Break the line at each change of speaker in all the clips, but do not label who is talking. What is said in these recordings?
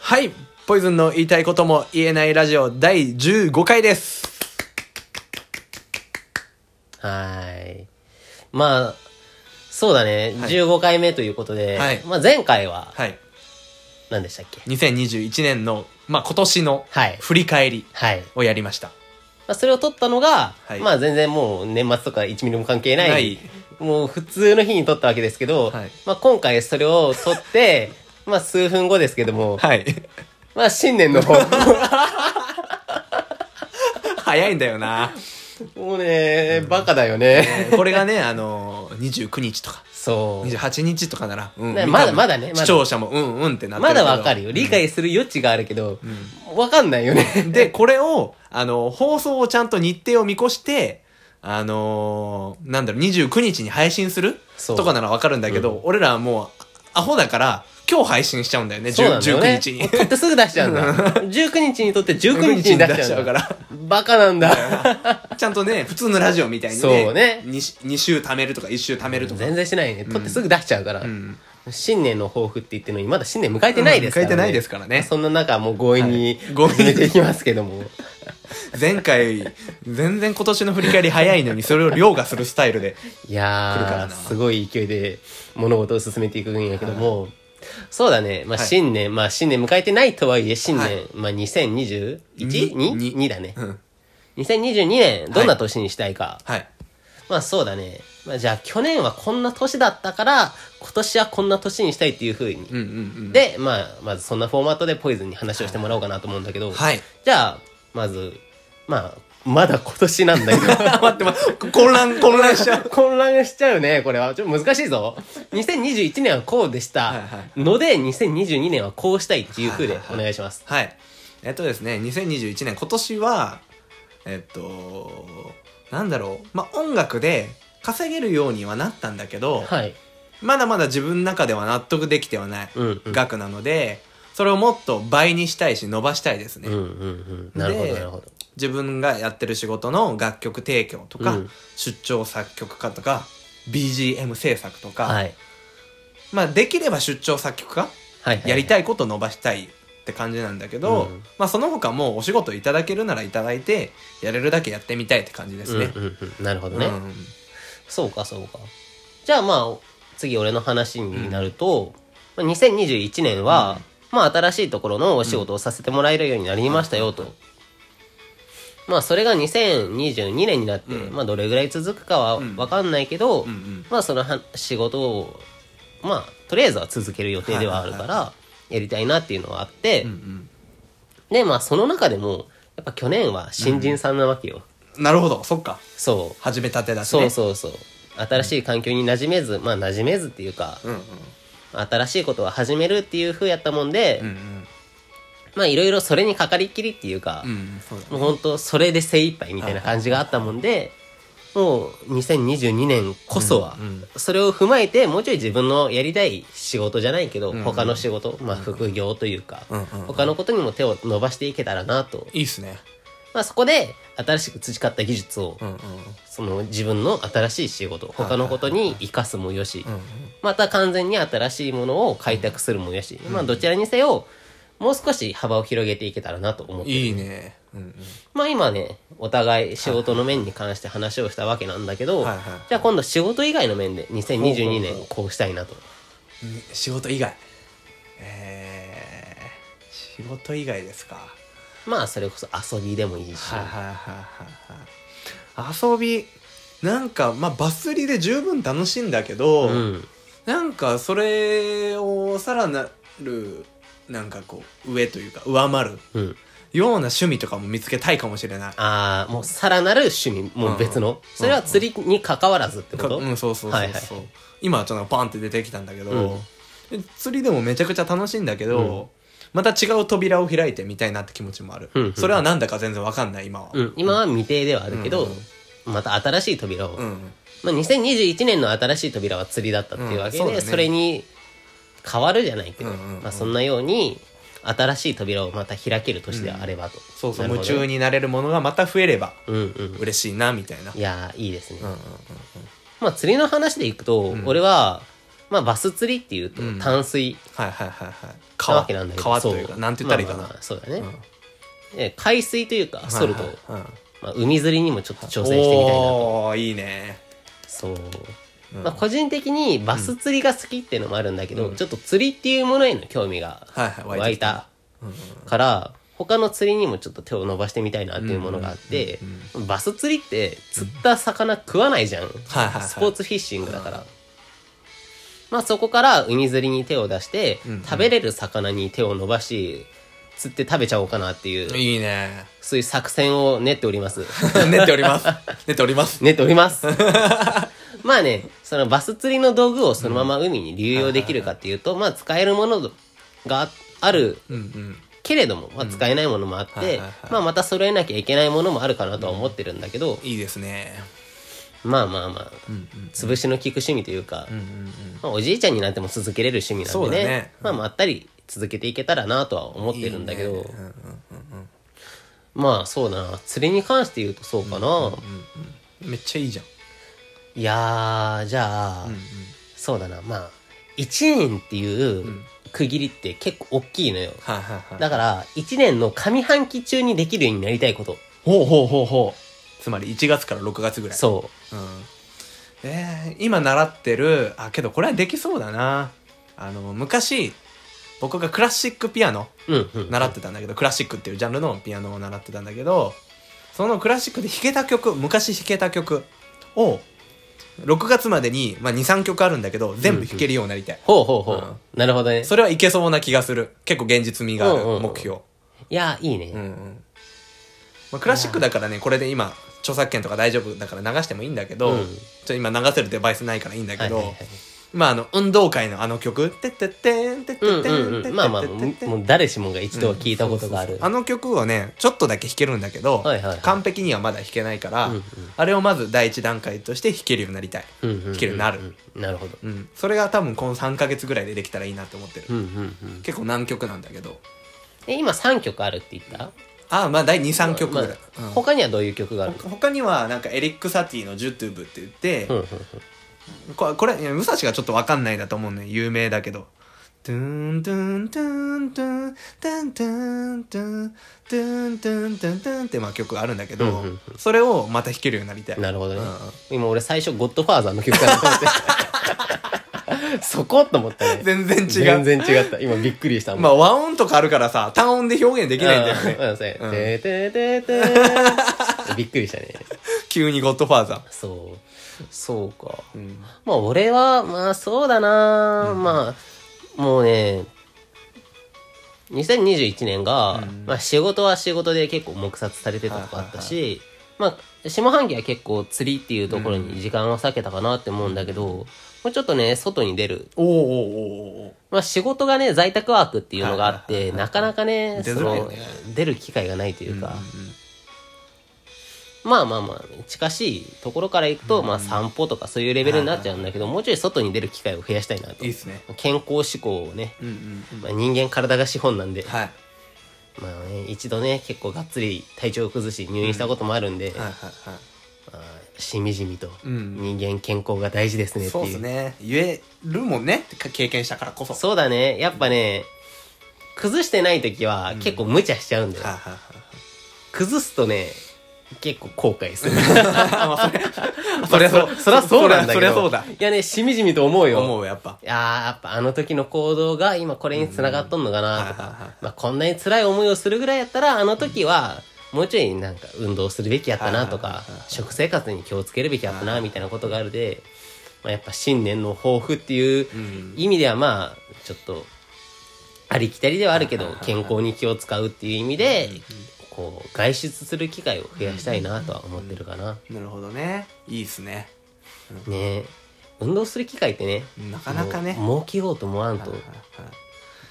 はい、ポイズンの言いたいことも言えないラジオ第15回です。
はーい。まあ、そうだね。
はい
15回目ということで、
はい
まあ前回は、
はい、
何でしたっけ
2021年の、まあ今年の
はい
振り返り
はい。
をやりました。
まあ、それを撮ったのが、
はい
まあ全然もう年末とか1ミリも関係ない、
ない
もう普通の日に撮ったわけですけど、
はい
まあ今回それを撮って、 まあ数分後ですけども、
はい。
まあ新年の方、
早いんだよな。
もうね、バカだよね。
これがね、あのー、29日とか、
そう。
28日とかなら、うん
ね
見た
まだまだねまだ
視聴者もうんうんってなって
ま
るけ
だ
ど
わかるよ。理解する余地があるけど、わ、かんないよね。
で、これを、あの、放送をちゃんと日程を見越して、あのーなんだろう、29日に配信する
そう
とかならわかるんだけど、俺らはもう、あアホだから、今日配信しちゃうんだよね、
そうなんだよね。
19日
もう
に。
取ってすぐ出しちゃうんだ。19日に取って19
19
日に出しちゃうん
か
だ。
ら。
バカなんだ。
ちゃんとね、普通のラジオみたいに
そうね
2, 週貯めるとか1週貯めるとか。
全然しないね。取ってすぐ出しちゃうから。
ん
新年の抱負って言ってるのに、まだ新年迎えてないですか
うん迎
ら、ね。
えてないですからね
そんな中、もう強引に、
はい強引に
進めていきますけ ども。
前回、全然今年の振り返り早いのに、それを凌駕するスタイルで。来
い
るから
やー、
な
すごい勢いで物事を進めていくんやけども、そうだね。まあ、
はい
新年、まあ、新年迎えてないとはいえ、新年、
はい
まあ、2021?2?2
にに
だね
う。ん。
2022年、どんな年にしたいか。
はい。
まあそうだね。まあじゃあ去年はこんな年だったから、今年はこんな年にしたいっていうふうに。
うんうんうん。
で、まあ、まずそんなフォーマットでポイズンに話をしてもらおうかなと思うんだけど、
はい。
じゃあ、まず、まあ、まだ今年なんだけ ど。
あ、待って待って、混乱、混乱しちゃう。
混乱しちゃうね、これは。ちょっと難しいぞ。2021年はこうでした。
はいは
ので、2022年はこうしたいっていうふうでお願いします。
はい。えっとですね、2021年、今年は、えっと、なんだろう。まあ、音楽で稼げるようにはなったんだけど、
はい。
まだまだ自分の中では納得できてはない
うん、うん。
額なので、それをもっと倍にしたいし、伸ばしたいですね。
うんうんうん。なるほど、
で
なるほど。
自分がやってる仕事の楽曲提供とか、
うん
出張作曲家とか、BGM 制作とか、
はい。
まあ、できれば出張作曲家
はい、はい。
やりたいこと伸ばしたいって感じなんだけど、
うん
まあその他もうお仕事いただけるならいただいてやれるだけやってみたいって感じですね。
うんうんうん。なるほ
う
ど
ん
ね。そうかそうかじゃあまあ次俺の話になると、まあ2021年は、まあ新しいところのお仕事をさせてもらえるようになりましたよと、まあそれが2022年になって、
うん
まあどれぐらい続くかは
うん
分かんないけど、
うんうん
まあそのは仕事をまあとりあえずは続ける予定ではあるか
はいは
らやりたいなっていうのはあって、
うんうん
でまあその中でもやっぱ去年は新人さんなわけよ、
なるほどそっか
そう
始めたてだし
そう
ね。
そうそう。新しい環境に馴染めず、まあ馴染めずっていうか、
うんうん
新しいことを始めるっていう風やったもんで、
うんうん
まあいろいろそれにかかりっきりっていうか
う、んそうだね
もう本当それで精一杯みたいな感じがあったもんで、もう2022年こそは
うんうん、
それを踏まえてもうちょい自分のやりたい仕事じゃないけど、
んうん
他の仕事、まあ副業というか
うんうんうん、
他のことにも手を伸ばしていけたらなと。
いいっすね。
まあそこで新しく培った技術を
うんうん
その自分の新しい仕事他のことに生かすもよし
うん
また完全に新しいものを開拓するもよし、まあどちらにせよもう少し幅を広げていけたらなと思
う
っ
ん
て
いいね。うん
まあ今ねお互い仕事の面に関して話をしたわけなんだけど
はいはい
じゃあ今度仕事以外の面で2022
ほうほうほ
年
う
こうしたいなと
うんね仕事以外えー仕事以外ですか。
まあそれこそ遊びでもいいし
はいはいはいはいはい。遊びなんかまあバス釣りで十分楽しいんだけど。
うん
なんかそれをさらなるなんかこう上というか上回る
うん
ような趣味とかも見つけたいかもしれない。
ああもうさらなる趣味もう別のそれは釣りに関わらずってこ
か
と
うん、そうそうそうそう、
はいはい
今はちょっとパンって出てきたんだけど、釣りでもめちゃくちゃ楽しいんだけど、また違う扉を開いてみたいなって気持ちもある、
うんうん
それはなんだか全然わかんない今は、
うん、今は未定ではあるけど、
うん
また新しい扉を、
うん
まあ、2021年の新しい扉は釣りだったっていうわけで、
うんそうだね
それに変わるじゃないけど、
うんうんうん
まあ、そんなように新しい扉をまた開ける年であればと、
そうそう
なる
夢
ほど
中になれるものがまた増えれば
うんうん
嬉しいなみたいな、
いやーいいですね、
うんうんうん
まあ釣りの話でいくと、俺は、まあバス釣りっていうと
うん
淡水
はいはいはいはい
なわけなんだけど、
川という
そ
かなんて言ったらいいか
まあ
な
まあまあそうだね、で海水というかソルト、
うんはいはい
まあ、海釣りにもちょっ
う
と
ん
挑戦してみたいなと
おーいいね
そう、
うん
まあ、個人的にバス釣りが好きっていうのもあるんだけど、
うん
ちょっと釣りっていうものへの興味が
はいはい
湧いたから他の釣りにもちょっと手を伸ばしてみたいなっていうものがあって、バス釣りって釣った魚食わないじゃん、
はいはい
スポーツフィッシングだから、まあそこから海釣りに手を出して、
うんうん
食べれる魚に手を伸ばし釣って食べちゃおうかなっていう、
いいね
そういう作戦を練っております
練っております練っております
寝てお ります。まあね、そのバス釣りの道具をそのまま海に流用できるかっていうと、まあ使えるものがある
うんうん
けれども、まあ使えないものもあっ
はいはい
て
はい、
まあまた揃えなきゃいけないものもあるかなとは思ってるんだけど、
いいですね
まあまあまあ、
うんうん
潰しの効く趣味というか
う、んうんうん
まあおじいちゃんになっても続けれる趣味なんで
そう
ね、
だね
まあまったり続けていけたらなとは思ってるんだけど、
いいねうんうんうん
まあそうだな、釣りに関して言うとそうかな。
うんめっちゃいいじゃん
いやー、じゃあ、
うんうん
そうだなまあ1年っていう区切りって結構大きいのよ、
はいはいはい
だから1年の上半期中にできるようになりたいこと
ほうほうほうほうつまり1月から6月ぐらい
そ
うんえー今習ってるあけどこれはできそうだなあの昔僕がクラシックピアノ
ううんうん
習ってたんだけど、クラシックっていうジャンルのピアノを習ってたんだけどそのクラシックで弾けた曲昔弾けた曲を6月までに、まあ、23曲あるんだけど全部弾けるようになりたい、
ほうほうほう、なるほどね
それはいけそうな気がする結構現実味がある
うんうんうん
目標、
いやいいね、
うんうんまあ、クラシックだからねこれで今著作権とか大丈夫だから流してもいいんだけど、
うん
ちょっと今流せるデバイスないからいいんだ
は
け
い
ど、
はいはい
まああの運動会のあの曲「てってってんてって
う
ってん
んうん
てってって
うん
ん
まあまあもうもう誰しもが一度は聞いたことがあ
うん
る
そうそうそうあの曲をねちょっとだけ弾けるんだけど、
はいはいはい
完璧にはまだ弾けないから、
うんうん
あれをまず第一段階として弾けるようになりたい、
うんうんうんうん
弾けるようになる、
なるほど
うん、それが多分この3ヶ月ぐらいでできたらいいなって思ってる、
うんうんうん
結構難曲なんだけど
え今3曲あるって言った
ああまあ第23曲ぐらい、
まあ
うん
他にはどういう曲があるの
他にはなんかエリック・サティの「ジュトゥブ」って言って、
うんうん
これこれいや武蔵がちょっとわかんないだと思うね有名だけど「トゥントゥントゥントゥントゥントゥントゥントゥントゥントゥントゥン」ってまあ曲があるんだけど、
うんうんうん
それをまた弾けるようになりた
う
い
んなるほどね
うん
今俺最初「ゴッドファーザー」の曲かなと 思ってそこと思ったね
全然違う
全然違った今びっくりしたもん
まあ和音とかあるからさ単音で表現できないんだよね、
うんうんそうや
うん
てて ててびっくりしたね
急に「ゴッドファーザー
そうそうか」
うん
まあ俺はまあそうだな、まあもうね2021年が、
うん
まあ、仕事は仕事で結構黙殺されてたとこあったし、まあ下半期は結構釣りっていうところに時間を割けたかなって思うんだけど、もうちょっとね外に出る
おーおーおーおー
まあ、仕事がね在宅ワークっていうのがあっ
はいは
て
いはいはい
なかなかね
出
そ
づらいよ
の
ね
出る機会がないというか、
うんうんうん
まあまあまあ近しいところから行くと、まあ散歩とかそういうレベルになっちゃうんだけど、もうちょい外に出る機会を増やしたいなと
いいっすね
健康志向をね、
うんうんうん
まあ、人間体が資本なんで、
はい
まあね、一度ね結構がっつり体調を崩し入院したこともあるんで、
はいは
ま
いはい
あ、しみじみと
うん
人間健康が大事ですねって
そうで
い
す
う,、
ね言えるもんねか経験したからこそ
そうだねやっぱね崩してない時は結構無茶しちゃうんだよ、
はいはい
崩すとね結構後悔 する
はい
そりゃそそりゃそうなんだけど
そりゃそうだ
いやねしみじみと思うよ
思うやっぱ
いやーやっぱあの時の行動が今これに繋がっとんのかなと
うんはいはいは
か、まあ、こんなに辛い思いをするぐらいやったらあの時はもうちょいなんか運動するべきやったなと
はい
か
はいはいはい
食生活に気をつけるべきやったなみたいなことがあるで、まあ、やっぱ新年の抱負っていう
うん
意味ではまあちょっとありきたりではあるけど
はいはいはい
健康に気を使うっていう意味でこう外出する機会を増やしたいなとは思ってるかな。
なるほどねいいっすね
ねえ運動する機会ってね
なかなかね
もう儲けようと思わん
はい
と
はいはい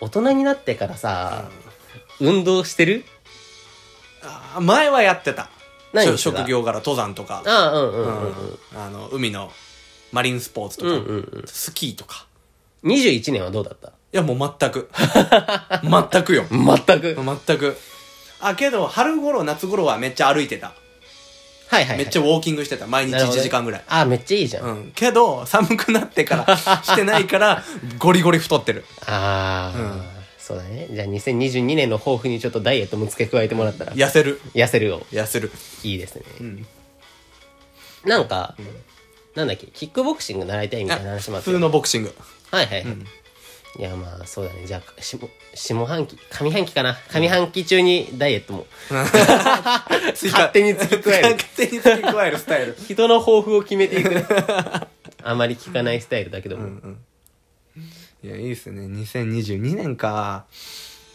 大人になってからさ、運動してる
あ前はやってた
何
し
して
ょ
た
職業柄登山とか
ああうんう
うん
うん
んあの海のマリンスポーツ
うんうん
とか
うんうん
スキーとか
21年はどうだった
いやもう全く 全くよ
全く
全くあけど春頃夏頃はめっちゃ歩いてた
はいはいはい
めっちゃウォーキングしてた毎日
なるほ
1
どね
時間ぐらい、
あめっちゃいいじゃん、
う
あ
んけど寒くなってから してないからゴリゴリ太ってる
あー、そうだねじゃあ2022年の抱負にちょっとダイエットも付け加えてもらったら
痩せる
痩せるを
痩せる
いいですね、
ん
なんか、なんだっけキックボクシング習いたいみたいな話もあ
普
って
通のボクシング
はいはいはい、いやまあそうだねじゃあ下下半期上半期かな上半期中にダイエットも
追加
勝手に付け加える
勝手に付け加えるスタイル
人の抱負を決めていくねあまり聞かないスタイルだけども、
いやいいっすね2022年か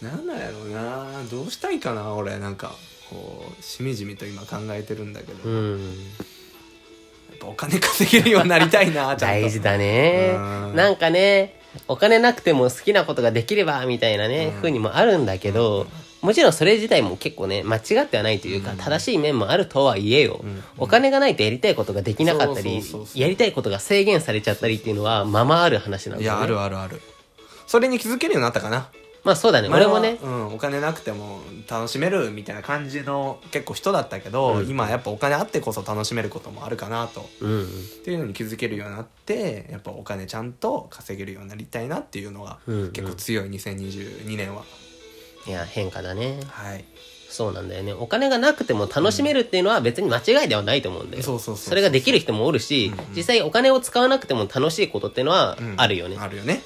なんだろうなどうしたいかな俺なんかこうしみじみと今考えてるんだけど、や
うん
っぱお金稼げるようになりたいなちゃんと
大事だね
うん
なんかねお金なくても好きなことができればみたいなね、風にもあるんだけど、もちろんそれ自体も結構ね間違ってはないというか、正しい面もあるとはいえよ、お金がないとやりたいことができなかったり
そうそうそうそう
やりたいことが制限されちゃったりっていうのはままある話なんだ
い
よね
やあるあるあるそれに気づけるようになったかな
まあそうだね俺もね
前はうん、お金なくても楽しめるみたいな感じの結構人だったけど、
うん
今やっぱお金あってこそ楽しめることもあるかなと
うんうん
っていうのに気づけるようになってやっぱお金ちゃんと稼げるようになりたいなっていうのが
うんうん
結構強い2022年は、
いや変化だね
はい
そうなんだよねお金がなくても楽しめるっていうのは別に間違いではないと思うんだよ、
そうそうそう
れができる人もおるし、実際お金を使わなくても楽しいことっていうのは
うん
あるよね、
あるよね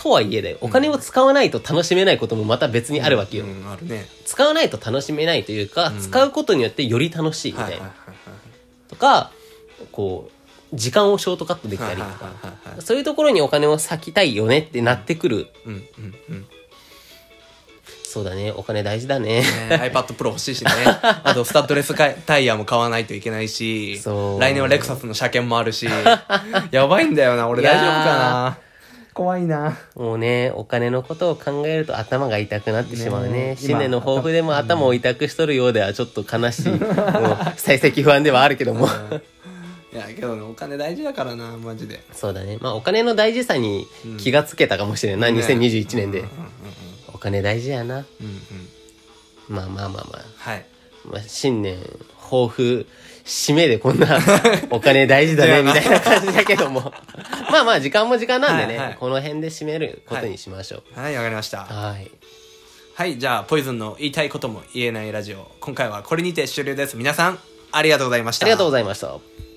とはいえだよお金を使わないと楽しめないこともまた別にあるわけよ、
うんあるね
使わないと楽しめないというか、
ん
使うことによってより楽しいみたい
は
な、
いはいはい
とかこう時間をショートカットでき
は
た
い
り
は
と
いはい
か
はいはい
そういうところにお金を割きたいよねってなってくる、
うんうん うんね
そうだねお金大事だね
iPad Pro 欲しいしねあとスタッドレスかタイヤも買わないといけないし
そう
来年はレクサスの車検もあるし やばいんだよな俺
いや
大
ー
丈夫かな怖いな
もうねお金のことを考えると頭が痛くなってしまうね
ねえ
新年の抱負でも頭を痛くしとるようではちょっと悲しいも う最積不安ではあるけども
いやけどねお金大事だからなマジで
そうだねまあお金の大事さに気がつけたかもしれない、
ね
2021年で、
うんうんうん
お金大事やな
うんうん
まあまあまあまあ、
はい
まあ、新年抱負締めでこ んなお金大事だねみたいな感じだけどもまあまあ時間も時間なんでね、
はいはい
この辺で締めることにしましょう
はいわかりました
はい
はいじゃあポイズンの言いたいことも言えないラジオ今回はこれにて終了です皆さんありがとうございまし
あ
た
りがとうございました